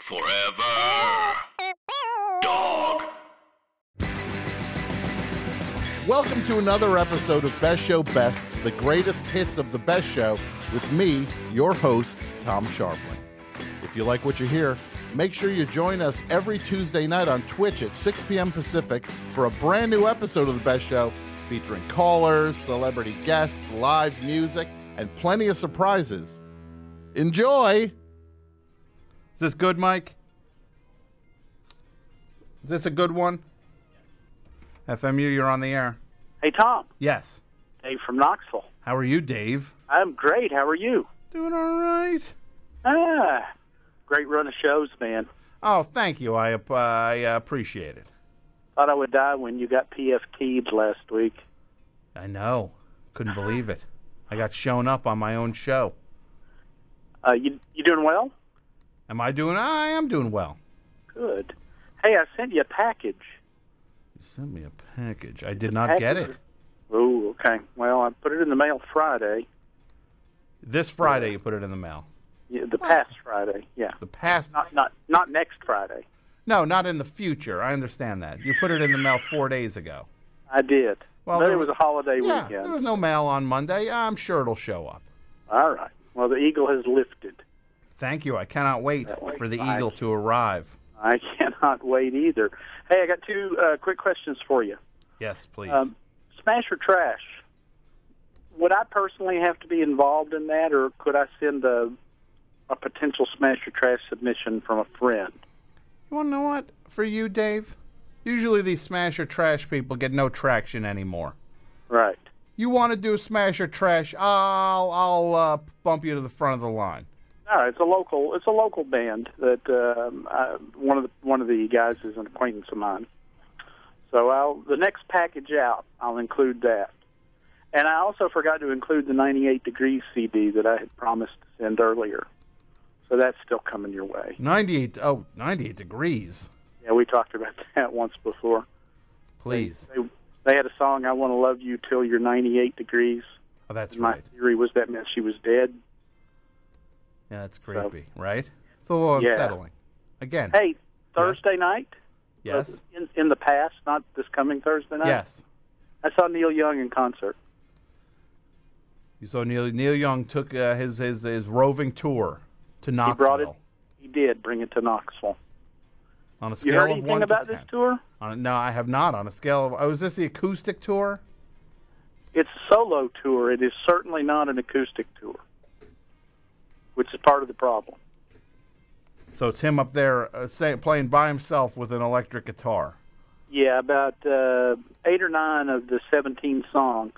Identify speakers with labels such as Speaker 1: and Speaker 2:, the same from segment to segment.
Speaker 1: Forever. Dog.
Speaker 2: Welcome to another episode of Best Show Bests, the greatest hits of the best show, with me, your host, Tom Sharpling. If you like what you hear, make sure you join us every Tuesday night on Twitch at 6 p.m. Pacific for a brand new episode of The Best Show featuring callers, celebrity guests, live music, and plenty of surprises. Enjoy!
Speaker 3: Is this good, Mike? Is this a good one? FMU, you're on the air.
Speaker 4: Hey, Tom.
Speaker 3: Yes.
Speaker 4: Dave from Knoxville.
Speaker 3: How are you, Dave?
Speaker 4: I'm great. How are you?
Speaker 3: Doing all right.
Speaker 4: Ah, great run of shows, man.
Speaker 3: Oh, thank you. I, ap- I appreciate it.
Speaker 4: Thought I would die when you got PFT'd last week.
Speaker 3: I know. Couldn't believe it. I got shown up on my own show.
Speaker 4: Uh, you you doing well?
Speaker 3: Am I doing? I am doing well.
Speaker 4: Good. Hey, I sent you a package.
Speaker 3: You sent me a package. I did not get it.
Speaker 4: Oh, okay. Well, I put it in the mail Friday.
Speaker 3: This Friday, you put it in the mail.
Speaker 4: Yeah, The past Friday. Yeah.
Speaker 3: The past.
Speaker 4: Not not not next Friday.
Speaker 3: No, not in the future. I understand that. You put it in the mail four days ago.
Speaker 4: I did.
Speaker 3: Well,
Speaker 4: but
Speaker 3: there
Speaker 4: it was a
Speaker 3: was-
Speaker 4: holiday
Speaker 3: Yeah,
Speaker 4: weekend.
Speaker 3: there was no mail on Monday. I'm sure it'll show up.
Speaker 4: All right. Well, the eagle has lifted.
Speaker 3: Thank you. I cannot wait
Speaker 4: way-
Speaker 3: for the
Speaker 4: Bye.
Speaker 3: eagle to arrive.
Speaker 4: I cannot wait either. Hey, I got two uh, quick questions for you.
Speaker 3: Yes, please.
Speaker 4: Um, smash or trash? Would I personally have to be involved in that, or could I send a a potential smash or trash submission from a friend?
Speaker 3: you want to know what? For you, Dave, usually these smash or trash people get no traction anymore.
Speaker 4: Right.
Speaker 3: You want to do smash or trash? I'll I'll uh, bump you to the front of the line.
Speaker 4: No, it's a local. It's a local band that um, I, one of the one of the guys is an acquaintance of mine. So I'll the next package out, I'll include that. And I also forgot to include the 98 Degrees CD that I had promised to send earlier. So that's still coming your way.
Speaker 3: 98 oh 98 degrees.
Speaker 4: Yeah, we talked about that once before.
Speaker 3: Please.
Speaker 4: they, they had a song i want to love you till you're 98 degrees
Speaker 3: Oh, that's
Speaker 4: my
Speaker 3: right.
Speaker 4: theory was that meant she was dead
Speaker 3: Yeah, that's creepy, right? It's a little
Speaker 4: Yeah.
Speaker 3: unsettling. Again.
Speaker 4: hey thursday night
Speaker 3: yes.
Speaker 4: uh, in, in the past not this coming thursday night
Speaker 3: yes.
Speaker 4: i saw neil young in concert
Speaker 3: You saw Neil Neil Young took uh, his, his his roving tour to Knoxville.
Speaker 4: he brought it he did bring it to knoxville
Speaker 3: on a
Speaker 4: you
Speaker 3: scale
Speaker 4: heard
Speaker 3: of
Speaker 4: anything
Speaker 3: one
Speaker 4: about
Speaker 3: to
Speaker 4: this
Speaker 3: 10.
Speaker 4: tour
Speaker 3: On a- no, I have not. On a scale of, oh, is this the acoustic tour?
Speaker 4: it's a solo tour it is certainly not an acoustic tour which is part of the problem
Speaker 3: So it's him up there uh, say, playing by himself with an electric guitar.
Speaker 4: yeah about uh, eight or nine of the 17 songs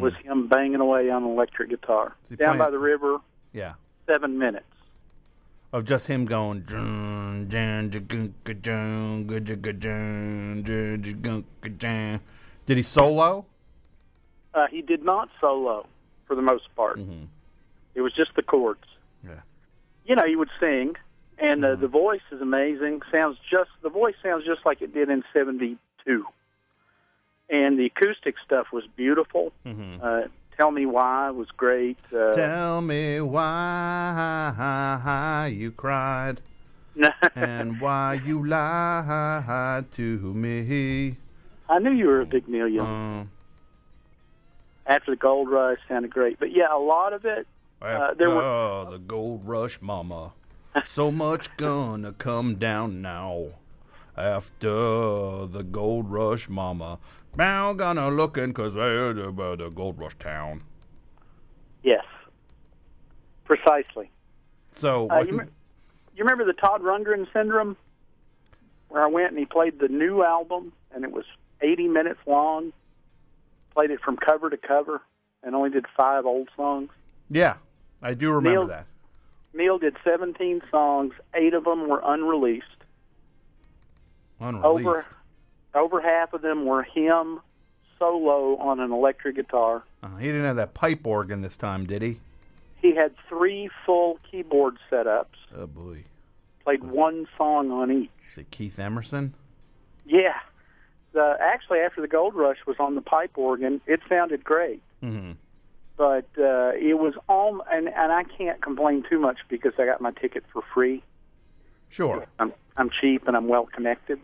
Speaker 4: was him banging away on an electric guitar
Speaker 3: Mm-hmm. Is he
Speaker 4: down by
Speaker 3: playing-
Speaker 4: the river
Speaker 3: Yeah,
Speaker 4: seven minutes.
Speaker 3: of just him going. "Jun, jun, jagunka, jun, gajaga, jun, jun, jagunka, jun." Did he solo?
Speaker 4: Uh, he did not solo for the most part.
Speaker 3: Mm-hmm.
Speaker 4: It was just the chords.
Speaker 3: Yeah.
Speaker 4: You know, he would sing, and uh, the voice is amazing. Sounds just the voice sounds just like it did in '72. And the acoustic stuff was beautiful. Uh, Tell me why was great. Uh,
Speaker 3: Tell me why you cried and why you lied to me.
Speaker 4: I knew you were a big Neil Young.
Speaker 3: Um,
Speaker 4: After the Gold Rush sounded great, but yeah, a lot of it. Uh, there were-
Speaker 3: After the gold rush, mama. So much gonna come down now. after the gold rush, mama. Now gonna looking cause they're the the gold rush town.
Speaker 4: Yes, precisely.
Speaker 3: So
Speaker 4: Uh,
Speaker 3: what-
Speaker 4: you, me- you remember the Todd Rundgren syndrome, where I went and he played the new album, and it was 80 minutes long. Played it from cover to cover, and only did five old songs.
Speaker 3: yeah, I do remember
Speaker 4: Neil-
Speaker 3: that.
Speaker 4: Neil did 17 songs. Eight of them were unreleased.
Speaker 3: Unreleased.
Speaker 4: Over, over half of them were him solo on an electric guitar.
Speaker 3: Uh, he didn't have that pipe organ this time, did he?
Speaker 4: He had three full keyboard setups.
Speaker 3: Oh boy.
Speaker 4: Played one song on each.
Speaker 3: Is it Keith Emerson?
Speaker 4: Yeah. The, actually, after the Gold Rush was on the pipe organ, it sounded great.
Speaker 3: Mhm.
Speaker 4: But uh, it was all, and, and I can't complain too much because I got my ticket for free.
Speaker 3: Sure.
Speaker 4: I'm, I'm cheap and I'm well connected.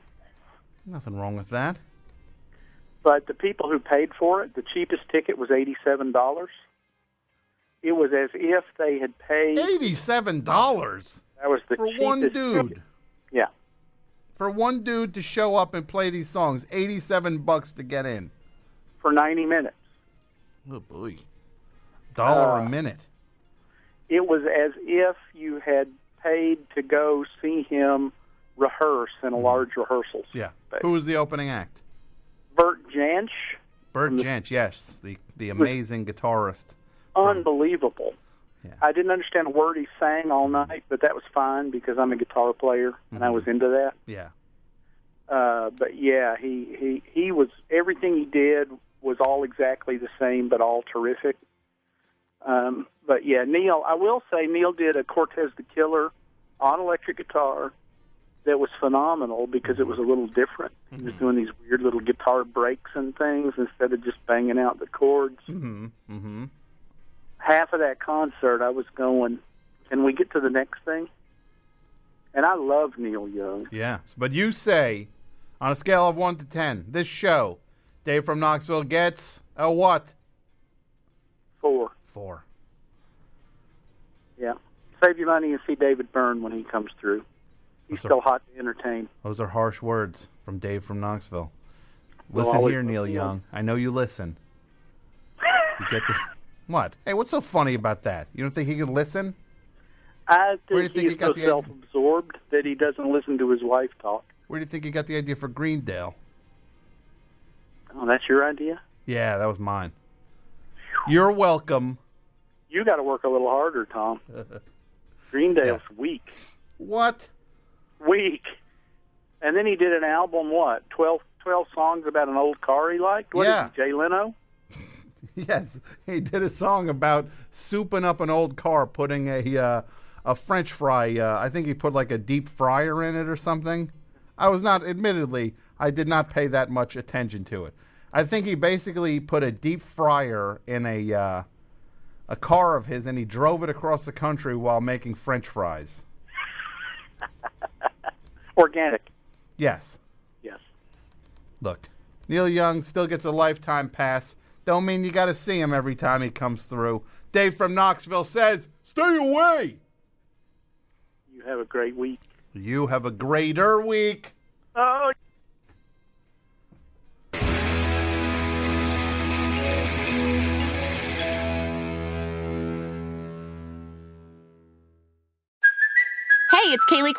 Speaker 3: Nothing wrong with that.
Speaker 4: But the people who paid for it, the cheapest ticket was $87. It was as if they had paid.
Speaker 3: Eighty-seven dollars
Speaker 4: That was the
Speaker 3: for
Speaker 4: cheapest
Speaker 3: one
Speaker 4: ticket.
Speaker 3: dude.
Speaker 4: Yeah.
Speaker 3: For one dude to show up and play these songs, eighty-seven bucks to get in.
Speaker 4: for 90 minutes.
Speaker 3: Oh boy. Dollar a minute.
Speaker 4: It was as if you had paid to go see him rehearse in a large rehearsal.
Speaker 3: Mm-hmm. Yeah.
Speaker 4: But
Speaker 3: Who was the opening act?
Speaker 4: Bert Jansch,
Speaker 3: Bert Jansch, yes, the the amazing guitarist.
Speaker 4: unbelievable.
Speaker 3: Yeah.
Speaker 4: I didn't understand a word he sang all night, but that was fine because I'm a guitar player and I was into that.
Speaker 3: Yeah.
Speaker 4: Uh, but yeah, he, he he was everything he did was all exactly the same, but all terrific. Um, but yeah, Neil, I will say Neil did a Cortez the Killer on electric guitar that was phenomenal because it was a little different. He was doing these weird little guitar breaks and things instead of just banging out the chords.
Speaker 3: Mm-hmm. Mm-hmm.
Speaker 4: Half of that concert, I was going, can we get to the next thing? And I love Neil Young.
Speaker 3: Yeah. But you say, on a scale of one to ten, this show, Dave from Knoxville gets a what?
Speaker 4: Four.
Speaker 3: Four.
Speaker 4: Yeah. Save your money and see David Byrne when he comes through. He's
Speaker 3: That's a-
Speaker 4: still hot to entertain.
Speaker 3: Those are harsh words from Dave from Knoxville.
Speaker 4: We'll
Speaker 3: Listen
Speaker 4: always
Speaker 3: here, Neil
Speaker 4: listen.
Speaker 3: Young. I know you listen. You get the what? Hey, what's so funny about that? You don't think he could listen?
Speaker 4: I
Speaker 3: Where do you
Speaker 4: think
Speaker 3: think
Speaker 4: he's
Speaker 3: he got
Speaker 4: so
Speaker 3: the idea?
Speaker 4: self absorbed that he doesn't listen to his wife talk.
Speaker 3: Where do you think he got the idea for Greendale?
Speaker 4: Oh, that's your idea?
Speaker 3: Yeah, that was mine. You're welcome.
Speaker 4: You got to work a little harder, Tom. Greendale's weak.
Speaker 3: What?
Speaker 4: Weak. And then he did an album, what, 12, 12 songs about an old car he liked? What is
Speaker 3: Yeah.
Speaker 4: he, Jay Leno?
Speaker 3: Yes, he did a song about souping up an old car, putting a uh, a French fry. Uh, I think he put like a deep fryer in it or something. I was not, admittedly, I did not pay that much attention to it. I think he basically put a deep fryer in a uh, a car of his, and he drove it across the country while making French fries.
Speaker 4: Organic.
Speaker 3: Yes,
Speaker 4: Yes.
Speaker 3: look, Neil Young still gets a lifetime pass. Don't mean you got to see him every time he comes through. Dave from Knoxville says, "Stay away."
Speaker 4: You have a great week.
Speaker 3: You have a greater week.
Speaker 4: Oh,
Speaker 5: Hey, it's Kaylee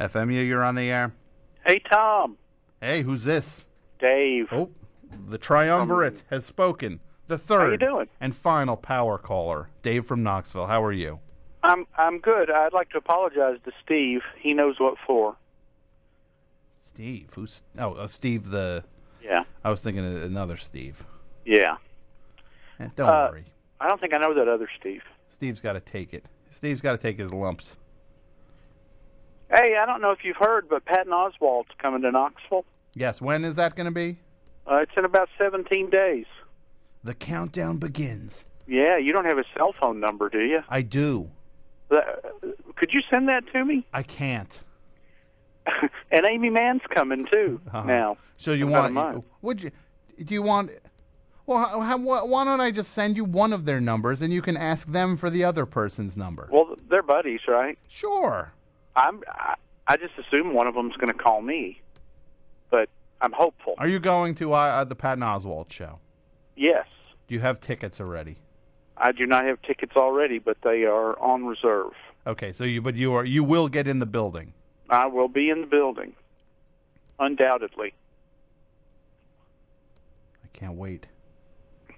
Speaker 1: FMU, you're on the air.
Speaker 4: Hey, Tom.
Speaker 1: Hey, who's this?
Speaker 4: Dave.
Speaker 1: Oh, the triumvirate has spoken. The third
Speaker 4: Um, doing?
Speaker 1: and final power caller, Dave from Knoxville. How are you?
Speaker 4: I'm I'm good. I'd like to apologize to Steve. He knows what for.
Speaker 1: Steve, who's oh uh, Steve the?
Speaker 4: Yeah.
Speaker 1: I was thinking of another Steve.
Speaker 4: Yeah.
Speaker 1: Eh, don't
Speaker 4: Uh,
Speaker 1: worry,
Speaker 4: I don't think I know that other Steve.
Speaker 1: Steve's got to take it. Steve's got to take his lumps.
Speaker 4: Hey, I don't know if you've heard, but Patton Oswald's coming to Knoxville.
Speaker 1: Yes. When is that going to be?
Speaker 4: Uh, it's in about 17 days.
Speaker 1: The countdown begins.
Speaker 4: Yeah, you don't have his cell phone number, do you?
Speaker 1: I do.
Speaker 4: The- uh, Could you send that to me?
Speaker 1: I can't.
Speaker 4: and Amy Mann's coming too
Speaker 1: Uh-huh.
Speaker 4: now.
Speaker 1: So you
Speaker 4: In about a month.
Speaker 1: want? Would you? Do you want? Well, how, how, why don't I just send you one of their numbers and you can ask them for the other person's number?
Speaker 4: Well, they're buddies, right?
Speaker 1: Sure.
Speaker 4: I'm. I, I just assume one of them's going to call me, but I'm hopeful.
Speaker 1: Are you going to uh, uh, the Patton Oswald show?
Speaker 4: Yes,
Speaker 1: Do you have tickets already?
Speaker 4: I do not have tickets already, but they are on reserve.
Speaker 1: Okay, so you but you are you will get in the building.
Speaker 4: I will be in the building, undoubtedly.
Speaker 1: I can't wait.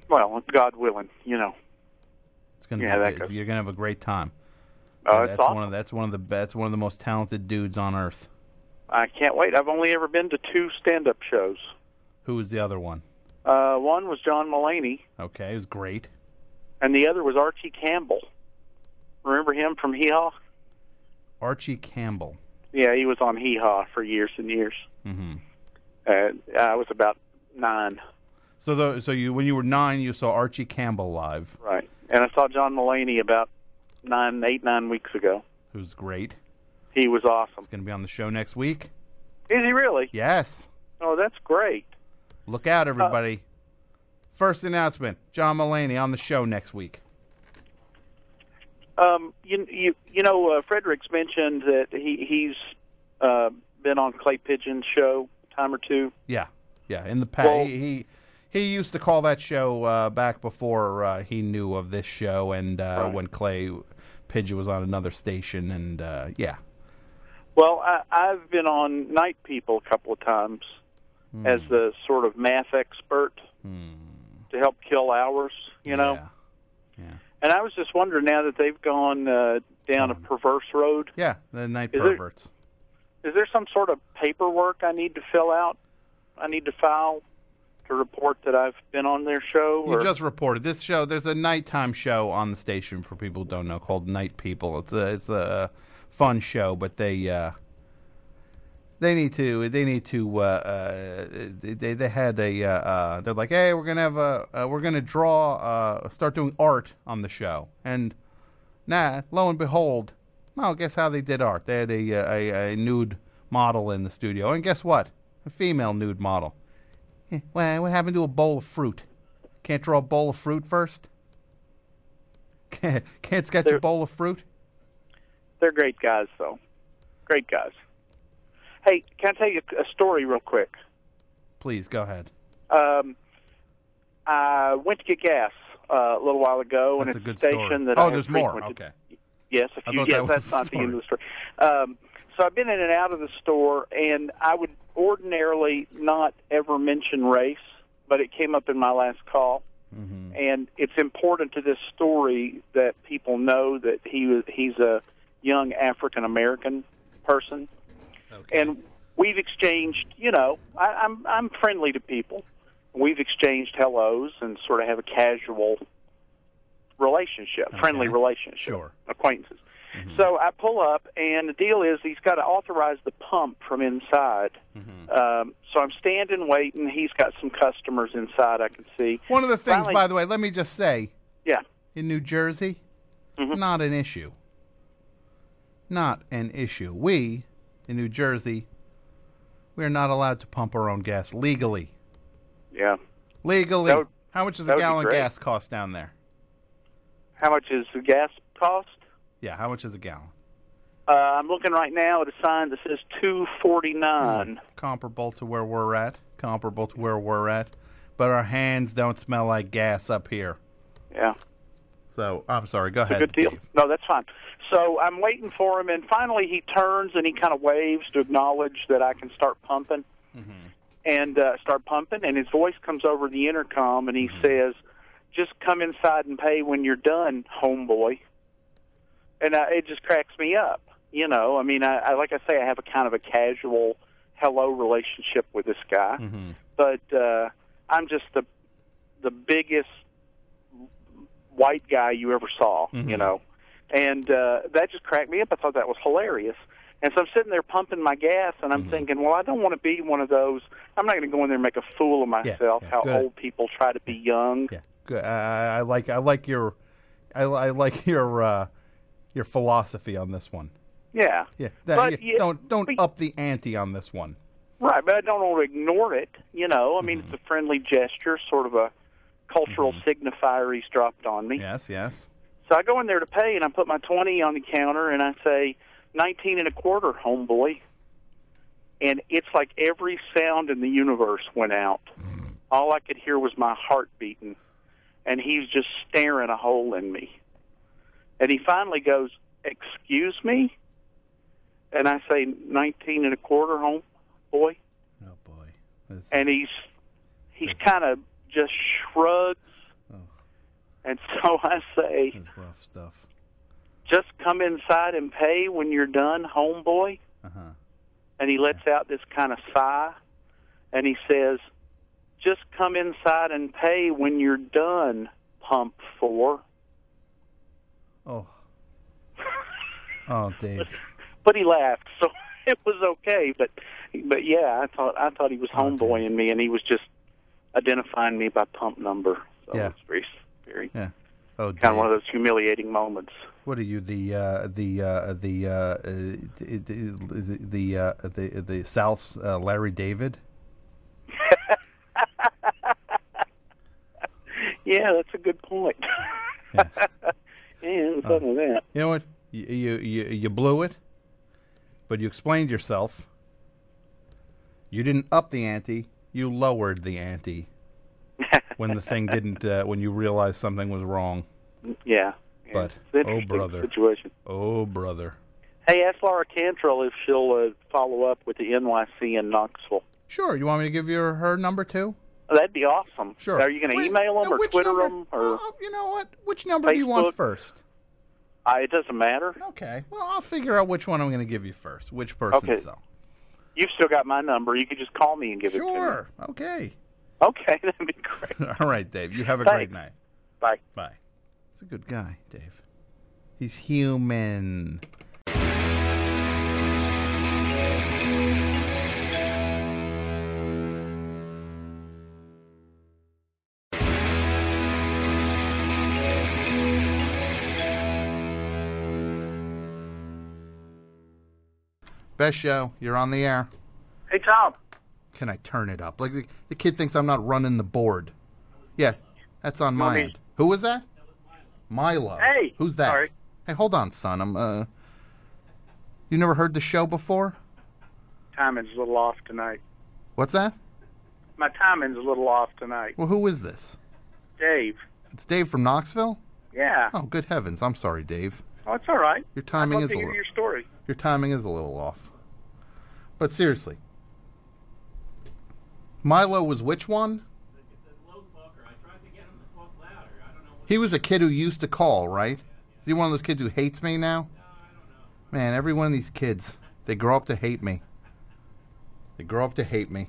Speaker 4: Well, God willing, you know.
Speaker 1: It's gonna
Speaker 4: Yeah, that
Speaker 1: be,
Speaker 4: goes-
Speaker 1: you're gonna have a great time.
Speaker 4: Uh,
Speaker 1: that's
Speaker 4: it's awesome.
Speaker 1: one of that's one of the that's one of the most talented dudes on earth.
Speaker 4: I can't wait. I've only ever been to two stand-up shows.
Speaker 1: Who was the other one?
Speaker 4: Uh, one was John Mulaney,
Speaker 1: Okay, it was great.
Speaker 4: and the other was Archie Campbell. Remember him from Hee Haw?
Speaker 1: Archie Campbell.
Speaker 4: Yeah, he was on Hee Haw for years and years.
Speaker 1: hmm
Speaker 4: And I was about nine,
Speaker 1: So the, so you when you were nine, you saw Archie Campbell live,
Speaker 4: right? And I saw John Mulaney about nine, eight, nine weeks ago.
Speaker 1: who's great.
Speaker 4: He was awesome.
Speaker 1: He's gonna be on the show next week.
Speaker 4: Is he really?
Speaker 1: Yes.
Speaker 4: Oh, that's great.
Speaker 1: Look out, everybody. First announcement: John Mulaney on the show next week.
Speaker 4: Um, you you you know, uh, Frederick's mentioned that he he's uh, been on Clay Pigeon's show a time or two.
Speaker 1: Yeah, yeah. In the past,
Speaker 4: Well-
Speaker 1: he, he he used to call that show uh, back before uh, he knew of this show, and uh,
Speaker 4: Right.
Speaker 1: when Clay Pigeon was on another station, and uh, yeah,
Speaker 4: Well, I, I've been on Night People a couple of times
Speaker 1: Hmm.
Speaker 4: as the sort of math expert to help kill hours, you know.
Speaker 1: yeah,
Speaker 4: And I was just wondering now that they've gone uh, down a
Speaker 1: Hmm.
Speaker 4: perverse road,
Speaker 1: yeah, the night
Speaker 4: Is there-
Speaker 1: perverts.
Speaker 4: is there some sort of paperwork I need to fill out? I need to file to report that I've been on their show?
Speaker 1: You
Speaker 4: or-
Speaker 1: just reported this show. There's a nighttime show on the station for people who don't know called Night People. It's a it's a fun show, but they uh, they need to they need to uh, uh, they they had a uh, uh, they're like hey we're gonna have a uh, we're gonna draw uh, start doing art on the show and nah lo and behold well guess how they did art they had a uh, a, a nude model in the studio and guess what a female nude model Eh, well, what happened to a bowl of fruit? Can't draw a bowl of fruit first? Can't, can't sketch a
Speaker 4: There-
Speaker 1: bowl of fruit?
Speaker 4: They're great guys, though. Great guys. Hey, can I tell you a story real quick?
Speaker 1: Please, go ahead.
Speaker 4: Um, I went to get gas uh, a little while ago,
Speaker 1: That's
Speaker 4: and
Speaker 1: a good
Speaker 4: it's station
Speaker 1: story.
Speaker 4: that
Speaker 1: oh,
Speaker 4: I
Speaker 1: there's
Speaker 4: have
Speaker 1: more.
Speaker 4: frequented.
Speaker 1: Okay.
Speaker 4: Yes,
Speaker 1: I
Speaker 4: a few.
Speaker 1: thought
Speaker 4: Yes,
Speaker 1: that was
Speaker 4: that's
Speaker 1: the
Speaker 4: not the end of
Speaker 1: story.
Speaker 4: the story. Um, so I've been in and out of the store, and I would ordinarily not ever mention race, but it came up in my last call,
Speaker 1: Mm-hmm.
Speaker 4: and it's important to this story that people know that he was he's a young African American person, and we've exchanged. You know, I, I'm I'm friendly to people. We've exchanged hellos and sort of have a casual relationship, friendly relationship
Speaker 1: Sure. Mm-hmm.
Speaker 4: acquaintances. So I pull up, and the deal is he's got to authorize the pump from inside.
Speaker 1: Mm-hmm.
Speaker 4: Um, so I'm standing waiting. He's got some customers inside I can see.
Speaker 1: One of the things,
Speaker 4: Finally-
Speaker 1: by the way, let me just say
Speaker 4: Yeah.
Speaker 1: in New Jersey,
Speaker 4: Mm-hmm.
Speaker 1: not an issue. Not an issue. We, in New Jersey, we are not allowed to pump our own gas legally.
Speaker 4: Yeah.
Speaker 1: Legally.
Speaker 4: That would-
Speaker 1: How much does
Speaker 4: that
Speaker 1: a
Speaker 4: would be
Speaker 1: gallon
Speaker 4: great.
Speaker 1: gas cost down there?
Speaker 4: How much is the gas cost?
Speaker 1: Yeah, how much is a gallon?
Speaker 4: Uh, I'm looking right now at a sign that says 249.
Speaker 1: comparable to where we're at, comparable Mm. to where we're at, but our hands don't smell like gas up here.
Speaker 4: Yeah.
Speaker 2: So I'm sorry. Go ahead.
Speaker 4: Good deal. No, that's fine. So I'm waiting for him, and finally he turns and he kind of waves to acknowledge that I can start pumping, and uh, start pumping. And his voice comes over the intercom, and he says, "Just come inside and pay when you're done, homeboy." And uh, it just cracks me up. You know, I mean, I, I like I say, I have a kind of a casual hello relationship with this guy, but uh, I'm just the the biggest white guy you ever saw,
Speaker 2: Mm-hmm.
Speaker 4: you know. And uh, that just cracked me up. I thought that was hilarious. And so I'm sitting there pumping my gas, and
Speaker 2: Mm-hmm.
Speaker 4: I'm thinking, well, I don't want to be one of those. I'm not going to go in there and make a fool of myself.
Speaker 2: yeah,
Speaker 4: how
Speaker 2: good.
Speaker 4: old people try to be young.
Speaker 2: Good. I, I like. I like your. I, li- I like your. Uh, your philosophy on this one.
Speaker 4: Yeah.
Speaker 2: Yeah. That-
Speaker 4: But
Speaker 2: you-
Speaker 4: you-
Speaker 2: don't don't up the ante on this one.
Speaker 4: Right, but I don't want to ignore it. You know, I mean,
Speaker 2: Mm-hmm.
Speaker 4: it's a friendly gesture, sort of a cultural signifier he's dropped on me.
Speaker 2: Yes. Yes.
Speaker 4: So I go in there to pay, and I put my twenty on the counter, and I say nineteen and a quarter, homeboy. And it's like every sound in the universe went out. All I could hear was my heart beating, and he's just staring a hole in me. And he finally goes, "Excuse me," and I say nineteen and a quarter, home boy. Oh boy! And he's he's kind of just shrugs, and so I say
Speaker 2: Rough stuff.
Speaker 4: just come inside and pay when you're done, homeboy.
Speaker 2: Uh-huh.
Speaker 4: And he lets out this kind of sigh, and he says, just come inside and pay when you're done, pump four.
Speaker 2: Oh. Oh, Dave.
Speaker 4: But he laughed, so it was okay. But but yeah, I thought I thought he was homeboying me, and he was just identifying me by pump number. So
Speaker 2: Yeah.
Speaker 4: it's very very
Speaker 2: Yeah. Oh, Dave.
Speaker 4: kind of one of those humiliating moments.
Speaker 2: What are you, the uh, the uh, the, uh, uh, the the the uh, the the South's uh, Larry David?
Speaker 4: Yeah, that's a good point. Yeah,
Speaker 2: Uh,
Speaker 4: something like that.
Speaker 2: You know what? You you you, you blew it, but you explained yourself. You didn't up the ante. You lowered the ante when the thing didn't. Uh, when you realized something was wrong.
Speaker 4: Yeah. yeah.
Speaker 2: But,
Speaker 4: It's
Speaker 2: oh,
Speaker 4: an interesting
Speaker 2: brother.
Speaker 4: situation.
Speaker 2: Oh, brother.
Speaker 4: Hey, ask Laura Cantrell if she'll uh, follow up with the NYC in Knoxville.
Speaker 2: Sure. You want me to give you her number too?
Speaker 4: That'd be awesome.
Speaker 2: Sure.
Speaker 4: Are you going to
Speaker 2: Wait,
Speaker 4: email them
Speaker 2: now
Speaker 4: or
Speaker 2: which
Speaker 4: Twitter
Speaker 2: number-
Speaker 4: them? Or
Speaker 2: Oh, you know what? Which number do you want
Speaker 4: Facebook?
Speaker 2: first?
Speaker 4: I, it doesn't matter.
Speaker 2: Okay. Well, I'll figure out which one I'm going to give you first. Which person's
Speaker 4: Okay.
Speaker 2: though?
Speaker 4: You've still got my number. You could just call me and give it to me.
Speaker 2: Sure. Okay.
Speaker 4: Okay, that'd be great.
Speaker 2: All right, Dave. You have a great
Speaker 4: Thanks.
Speaker 2: night.
Speaker 4: Bye.
Speaker 2: Bye. He's a good guy, Dave. He's human. Best show. You're on the air.
Speaker 4: Hey, Tom.
Speaker 2: Can I turn it up? Like the, the kid thinks I'm not running the board. Yeah, that's on my
Speaker 4: me-
Speaker 2: end. Who was that? Milo.
Speaker 4: Hey,
Speaker 2: who's that?
Speaker 4: sorry.
Speaker 2: Hey, hold on, son. I'm uh. You never heard the show before?
Speaker 4: Timing's a little off tonight.
Speaker 2: What's that?
Speaker 4: My timing's a little off tonight.
Speaker 2: Well, who is this?
Speaker 4: Dave.
Speaker 2: It's Dave from Knoxville.
Speaker 4: Yeah.
Speaker 2: Oh, good heavens! I'm sorry, Dave.
Speaker 4: Oh, it's all right.
Speaker 2: Your timing is a little.
Speaker 4: story.
Speaker 2: Your timing is a little off. But seriously, Milo was which one? He was a kid who used to call, right? Is he one of those kids who hates me now? Man, every one of these kids, they grow up to hate me. They grow up to hate me.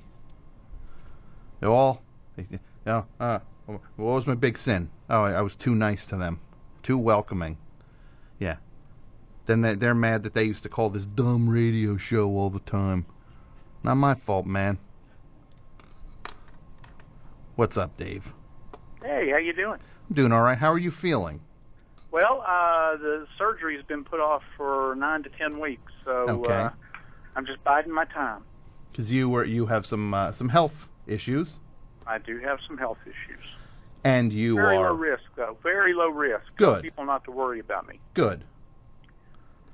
Speaker 2: They all, they, you know, uh, what was my big sin? Oh, I, I was too nice to them, too welcoming. Yeah, then they, they're mad that they used to call this dumb radio show all the time. Not my fault, man. What's up, Dave?
Speaker 4: Hey, how you doing?
Speaker 2: I'm doing all right. How are you feeling?
Speaker 4: Well, uh, the surgery's been put off for nine to ten weeks, so
Speaker 2: Okay.
Speaker 4: uh, I'm just biding my time.
Speaker 2: Because you were you have some uh, some health issues,
Speaker 4: I do have some health issues.
Speaker 2: and you
Speaker 4: Very
Speaker 2: are
Speaker 4: low risk, though. Very low risk.
Speaker 2: Good.
Speaker 4: Tell people not to worry about me.
Speaker 2: good.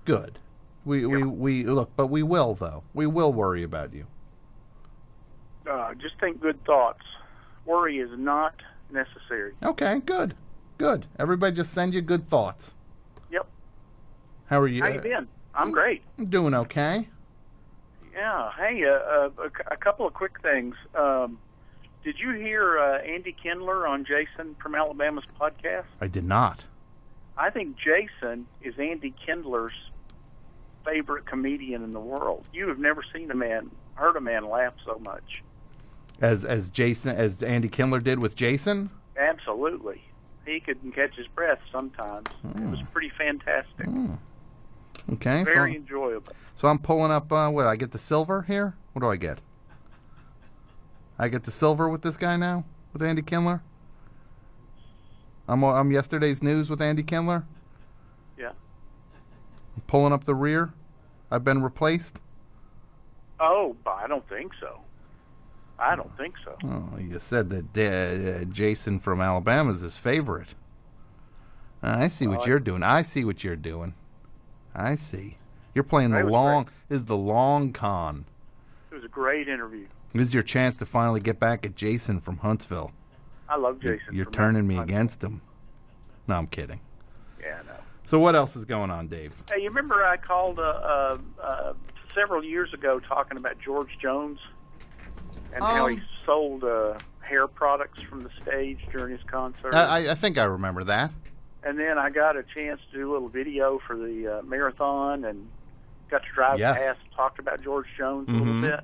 Speaker 2: Good. We we we look, but we will though. We will worry about you.
Speaker 4: Uh, just think good thoughts. Worry is not necessary.
Speaker 2: Okay, good. Good. Everybody just send you good thoughts.
Speaker 4: Yep.
Speaker 2: How are you?
Speaker 4: How you been? I'm great.
Speaker 2: I'm doing okay.
Speaker 4: Yeah. Hey, uh, uh, a, c- a couple of quick things. Um, did you hear uh, Andy Kindler on Jason from Alabama's podcast?
Speaker 2: I did not.
Speaker 4: I think Jason is Andy Kindler's favorite comedian in the world. You have never seen a man, heard a man laugh so much.
Speaker 2: As as Jason as Andy Kindler did with Jason.
Speaker 4: Absolutely. He couldn't catch his breath sometimes. It
Speaker 2: Hmm.
Speaker 4: was pretty fantastic.
Speaker 2: Okay.
Speaker 4: Very
Speaker 2: so,
Speaker 4: enjoyable.
Speaker 2: so I'm pulling up. Uh, what I get the silver here? What do I get? I get the silver with this guy now with Andy Kindler. I'm uh, I'm yesterday's news with Andy Kindler.
Speaker 4: Yeah.
Speaker 2: I'm pulling up the rear. I've been replaced.
Speaker 4: Oh, but I don't think so. I don't think so.
Speaker 2: Oh, you said that uh, Jason from Alabama's his favorite. Uh, I see what you're doing. I see what you're doing. I see. You're playing the
Speaker 4: That was
Speaker 2: long this is the long con.
Speaker 4: It was a great interview.
Speaker 2: This is your chance to finally get back at Jason from Huntsville.
Speaker 4: I love Jason.
Speaker 2: You're
Speaker 4: from
Speaker 2: turning me
Speaker 4: Huntsville.
Speaker 2: against him. No, I'm kidding.
Speaker 4: Yeah, I know.
Speaker 2: So what else is going on, Dave?
Speaker 4: Hey, you remember I called uh, uh, uh, several years ago talking about George Jones and how
Speaker 2: Um.
Speaker 4: he sold uh, hair products from the stage during his concert.
Speaker 2: I, I- I think I remember that.
Speaker 4: and then I got a chance to do a little video for the uh, marathon and got to drive
Speaker 2: Yes.
Speaker 4: past, talked about George Jones a
Speaker 2: Mhm.
Speaker 4: little bit.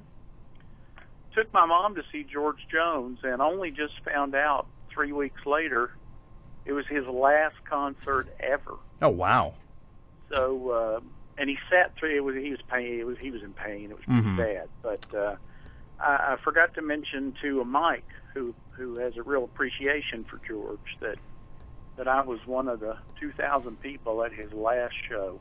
Speaker 4: Took my mom to see George Jones and only just found out three weeks later it was his last concert ever.
Speaker 2: Oh wow.
Speaker 4: So, uh, and he sat through. It was he was pain. It was he was in pain. It was pretty
Speaker 2: Mhm.
Speaker 4: sad. But uh, I, I forgot to mention to Mike, who who has a real appreciation for George, that that I was one of the 2,000 people at his last show.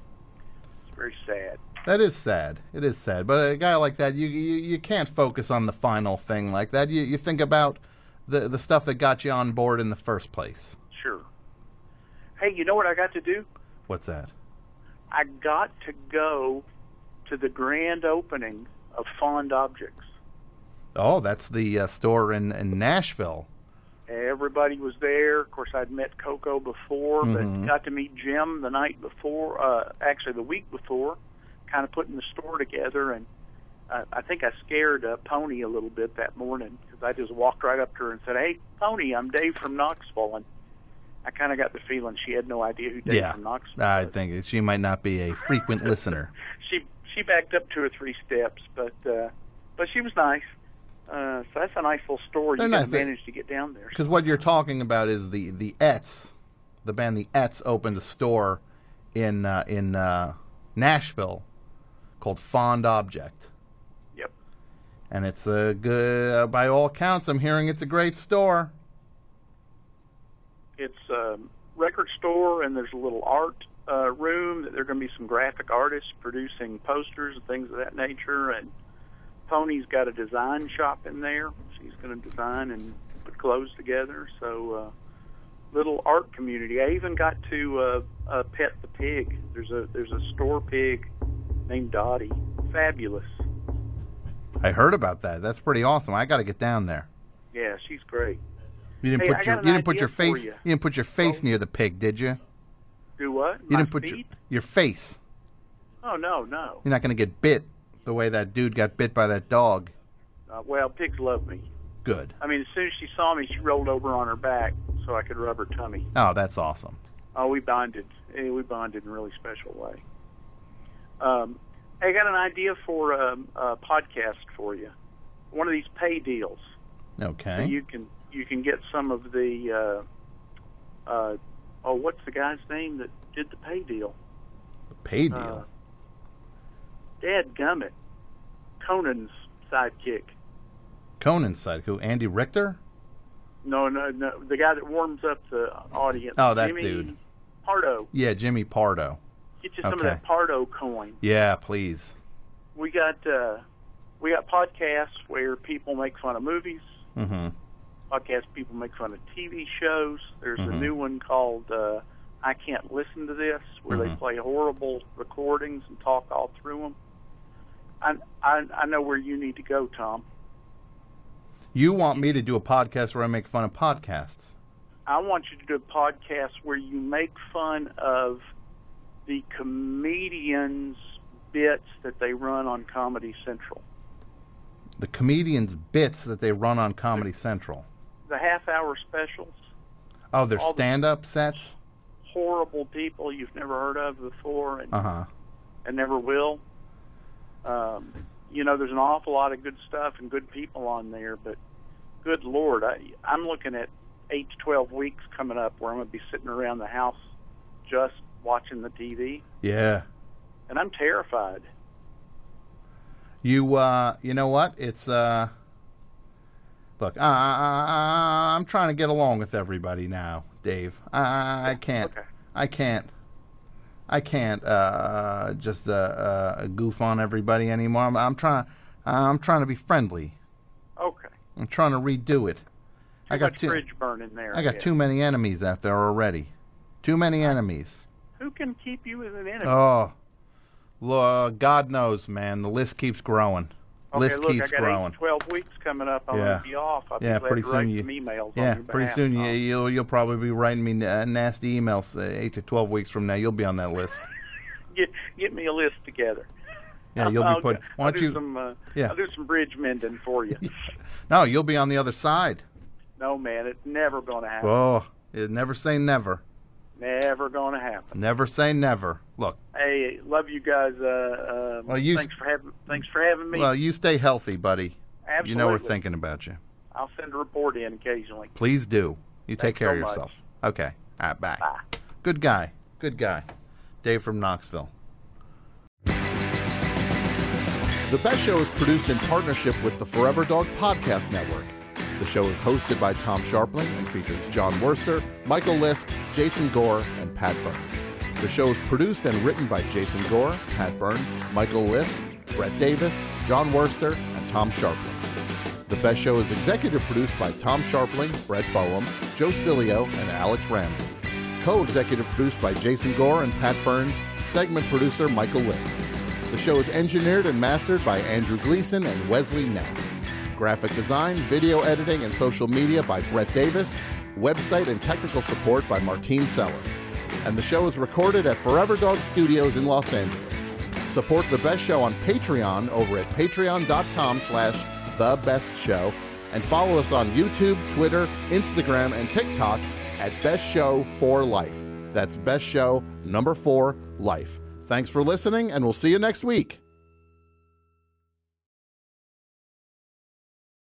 Speaker 4: It's very sad.
Speaker 2: That is sad. It is sad. But a guy like that, you you, you can't focus on the final thing like that. You you think about the the stuff that got you on board in the first place.
Speaker 4: Sure. Hey, you know what I got to do?
Speaker 2: What's that?
Speaker 4: I got to go to the grand opening of Fond Objects.
Speaker 2: Oh, that's the uh, store in, in Nashville.
Speaker 4: Everybody was there. Of course, I'd met Coco before,
Speaker 2: Mhm.
Speaker 4: but got to meet Jim the night before, uh, actually the week before, kind of putting the store together. And uh, I think I scared uh, Pony a little bit that morning because I just walked right up to her and said, "Hey, Pony, I'm Dave from Knoxville." And I kind of got the feeling she had no idea who Dave
Speaker 2: yeah, Uh,
Speaker 4: from Knoxville.
Speaker 2: I think she might not be a frequent listener.
Speaker 4: She she backed up two or three steps, but uh, but she was nice. Uh, so that's a nice little story.
Speaker 2: They're
Speaker 4: you gotta
Speaker 2: nice. They-
Speaker 4: manage to get down there.
Speaker 2: Because what you're talking about is the the Ets, the band the Ets opened a store in uh, in uh, Nashville called Fond Object.
Speaker 4: Yep.
Speaker 2: And it's a good, uh, by all counts, I'm hearing it's a great store.
Speaker 4: it's a record store and there's a little art uh, room that there are going to be some graphic artists producing posters and things of that nature and pony's got a design shop in there she's going to design and put clothes together so uh, little art community i even got to uh, uh, pet the pig there's a there's a store pig named dottie fabulous
Speaker 2: I heard about that. That's pretty awesome. I got to get down there.
Speaker 4: yeah she's great
Speaker 2: You didn't
Speaker 4: Hey, I
Speaker 2: put
Speaker 4: got
Speaker 2: your
Speaker 4: an
Speaker 2: you didn't put
Speaker 4: idea
Speaker 2: your
Speaker 4: for
Speaker 2: face
Speaker 4: you.
Speaker 2: didn't put your face near the pig, did you?
Speaker 4: do what
Speaker 2: You
Speaker 4: My
Speaker 2: didn't put your
Speaker 4: feet?
Speaker 2: your face.
Speaker 4: oh no no
Speaker 2: You're not going to get bit the way that dude got bit by that dog.
Speaker 4: uh, well pigs love me
Speaker 2: Good.
Speaker 4: I mean, as soon as she saw me, she rolled over on her back so I could rub her tummy.
Speaker 2: Oh, that's awesome.
Speaker 4: Oh, we bonded. Eh, We bonded in a really special way. Um, I got an idea for um, a podcast for you. One of these pay deals. So
Speaker 2: Okay.
Speaker 4: you can you can get some of the. Uh, uh, oh, what's the guy's name that did the pay deal?
Speaker 2: Pay deal.
Speaker 4: uh, Dad Gummit, Conan's sidekick.
Speaker 2: Conan's side, who Andy Richter?
Speaker 4: No, no, no. The guy that warms up the audience.
Speaker 2: Oh, that
Speaker 4: Jimmy
Speaker 2: dude.
Speaker 4: Pardo.
Speaker 2: Yeah, Jimmy Pardo.
Speaker 4: Get you some of
Speaker 2: Okay.
Speaker 4: that Pardo coin.
Speaker 2: Yeah, please.
Speaker 4: We got uh, we got podcasts where people make fun of movies.
Speaker 2: Mm-hmm.
Speaker 4: Podcasts people make fun of TV shows. There's a
Speaker 2: Mhm.
Speaker 4: new one called uh, "I Can't Listen to This," where they
Speaker 2: Mhm.
Speaker 4: play horrible recordings and talk all through them. I, I I know where you need to go, Tom.
Speaker 2: You want me to do a podcast where I make fun of podcasts?
Speaker 4: I want you to do a podcast where you make fun of the comedians' bits that they run on Comedy Central.
Speaker 2: The comedians' bits that they run on Comedy Central.
Speaker 4: The half-hour specials,
Speaker 2: Oh, their
Speaker 4: All the-
Speaker 2: stand-up sets.
Speaker 4: horrible people you've never heard of before, and
Speaker 2: Uh huh.
Speaker 4: and never will. Um, you know, there's an awful lot of good stuff and good people on there, but good lord, I, I'm looking at eight to twelve weeks coming up where I'm going to be sitting around the house just watching the TV,
Speaker 2: Yeah.
Speaker 4: and I'm terrified.
Speaker 2: You uh, you know what? It's uh, look, I, I, I'm trying to get along with everybody now, Dave. I, I can't. I can't. I can't uh, just uh, uh, goof on everybody anymore. I'm, I'm trying. I'm trying to be friendly.
Speaker 4: Okay,
Speaker 2: I'm trying to redo it. I got
Speaker 4: much
Speaker 2: too.
Speaker 4: bridge burning there.
Speaker 2: I got
Speaker 4: Yeah.
Speaker 2: too many enemies out there already. Too many enemies.
Speaker 4: Who can keep you as an enemy?
Speaker 2: Oh, Lo- God knows, man. The list keeps growing.
Speaker 4: okay,
Speaker 2: list
Speaker 4: look,
Speaker 2: keeps
Speaker 4: I got eight
Speaker 2: growing.
Speaker 4: to twelve weeks coming up. I'm
Speaker 2: yeah.
Speaker 4: going to be off. I'll
Speaker 2: yeah,
Speaker 4: be glad
Speaker 2: pretty
Speaker 4: to
Speaker 2: soon
Speaker 4: write
Speaker 2: you.
Speaker 4: some emails.
Speaker 2: yeah,
Speaker 4: on your
Speaker 2: pretty
Speaker 4: behalf. Oh.
Speaker 2: soon you, you'll you'll probably be writing me uh, nasty emails uh, eight to twelve weeks from now. You'll be on that list.
Speaker 4: Get, get me a list together.
Speaker 2: Yeah, you'll
Speaker 4: I'll,
Speaker 2: be put. Why
Speaker 4: I'll
Speaker 2: don't
Speaker 4: do
Speaker 2: you?
Speaker 4: Some, uh,
Speaker 2: yeah.
Speaker 4: I'll do some bridge mending for you.
Speaker 2: No, you'll be on the other side.
Speaker 4: No, man, it's never going to happen.
Speaker 2: Oh, yeah, never say never.
Speaker 4: Never going to happen.
Speaker 2: Never say never. Look,
Speaker 4: Hey, love you guys. Uh, uh,
Speaker 2: Well, you-
Speaker 4: thanks for having thanks for having me.
Speaker 2: well, you stay healthy, buddy. You know we're
Speaker 4: Absolutely.
Speaker 2: thinking about you.
Speaker 4: I'll send a report in occasionally.
Speaker 2: Please do. You take care
Speaker 4: so
Speaker 2: of
Speaker 4: much.
Speaker 2: yourself. Okay. All right. Bye. Good guy. Good guy. Dave from Knoxville.
Speaker 6: The Best Show is produced in partnership with the Forever Dog Podcast Network. The show is hosted by Tom Sharpling and features John Worster, Michael Lisk, Jason Gore, and Pat Byrne. The show is produced and written by Jason Gore, Pat Byrne, Michael Lisk, Brett Davis, John Worster, and Tom Sharpling. The Best Show is executive produced by Tom Sharpling, Brett Boehm, Joe Cilio, and Alex Ramsey. Co-executive produced by Jason Gore and Pat Byrne, segment producer Michael Lisk. The show is engineered and mastered by Andrew Gleason and Wesley Knapp. Graphic design, video editing, and social media by Brett Davis. Website and technical support by Martine Sellis. And the show is recorded at Forever Dog Studios in Los Angeles. Support The Best Show on Patreon over at patreon.com slash The Best Show. And follow us on YouTube, Twitter, Instagram, and TikTok at Best Show for Life. That's Best Show number four, Life. Thanks for listening, and we'll see you next week.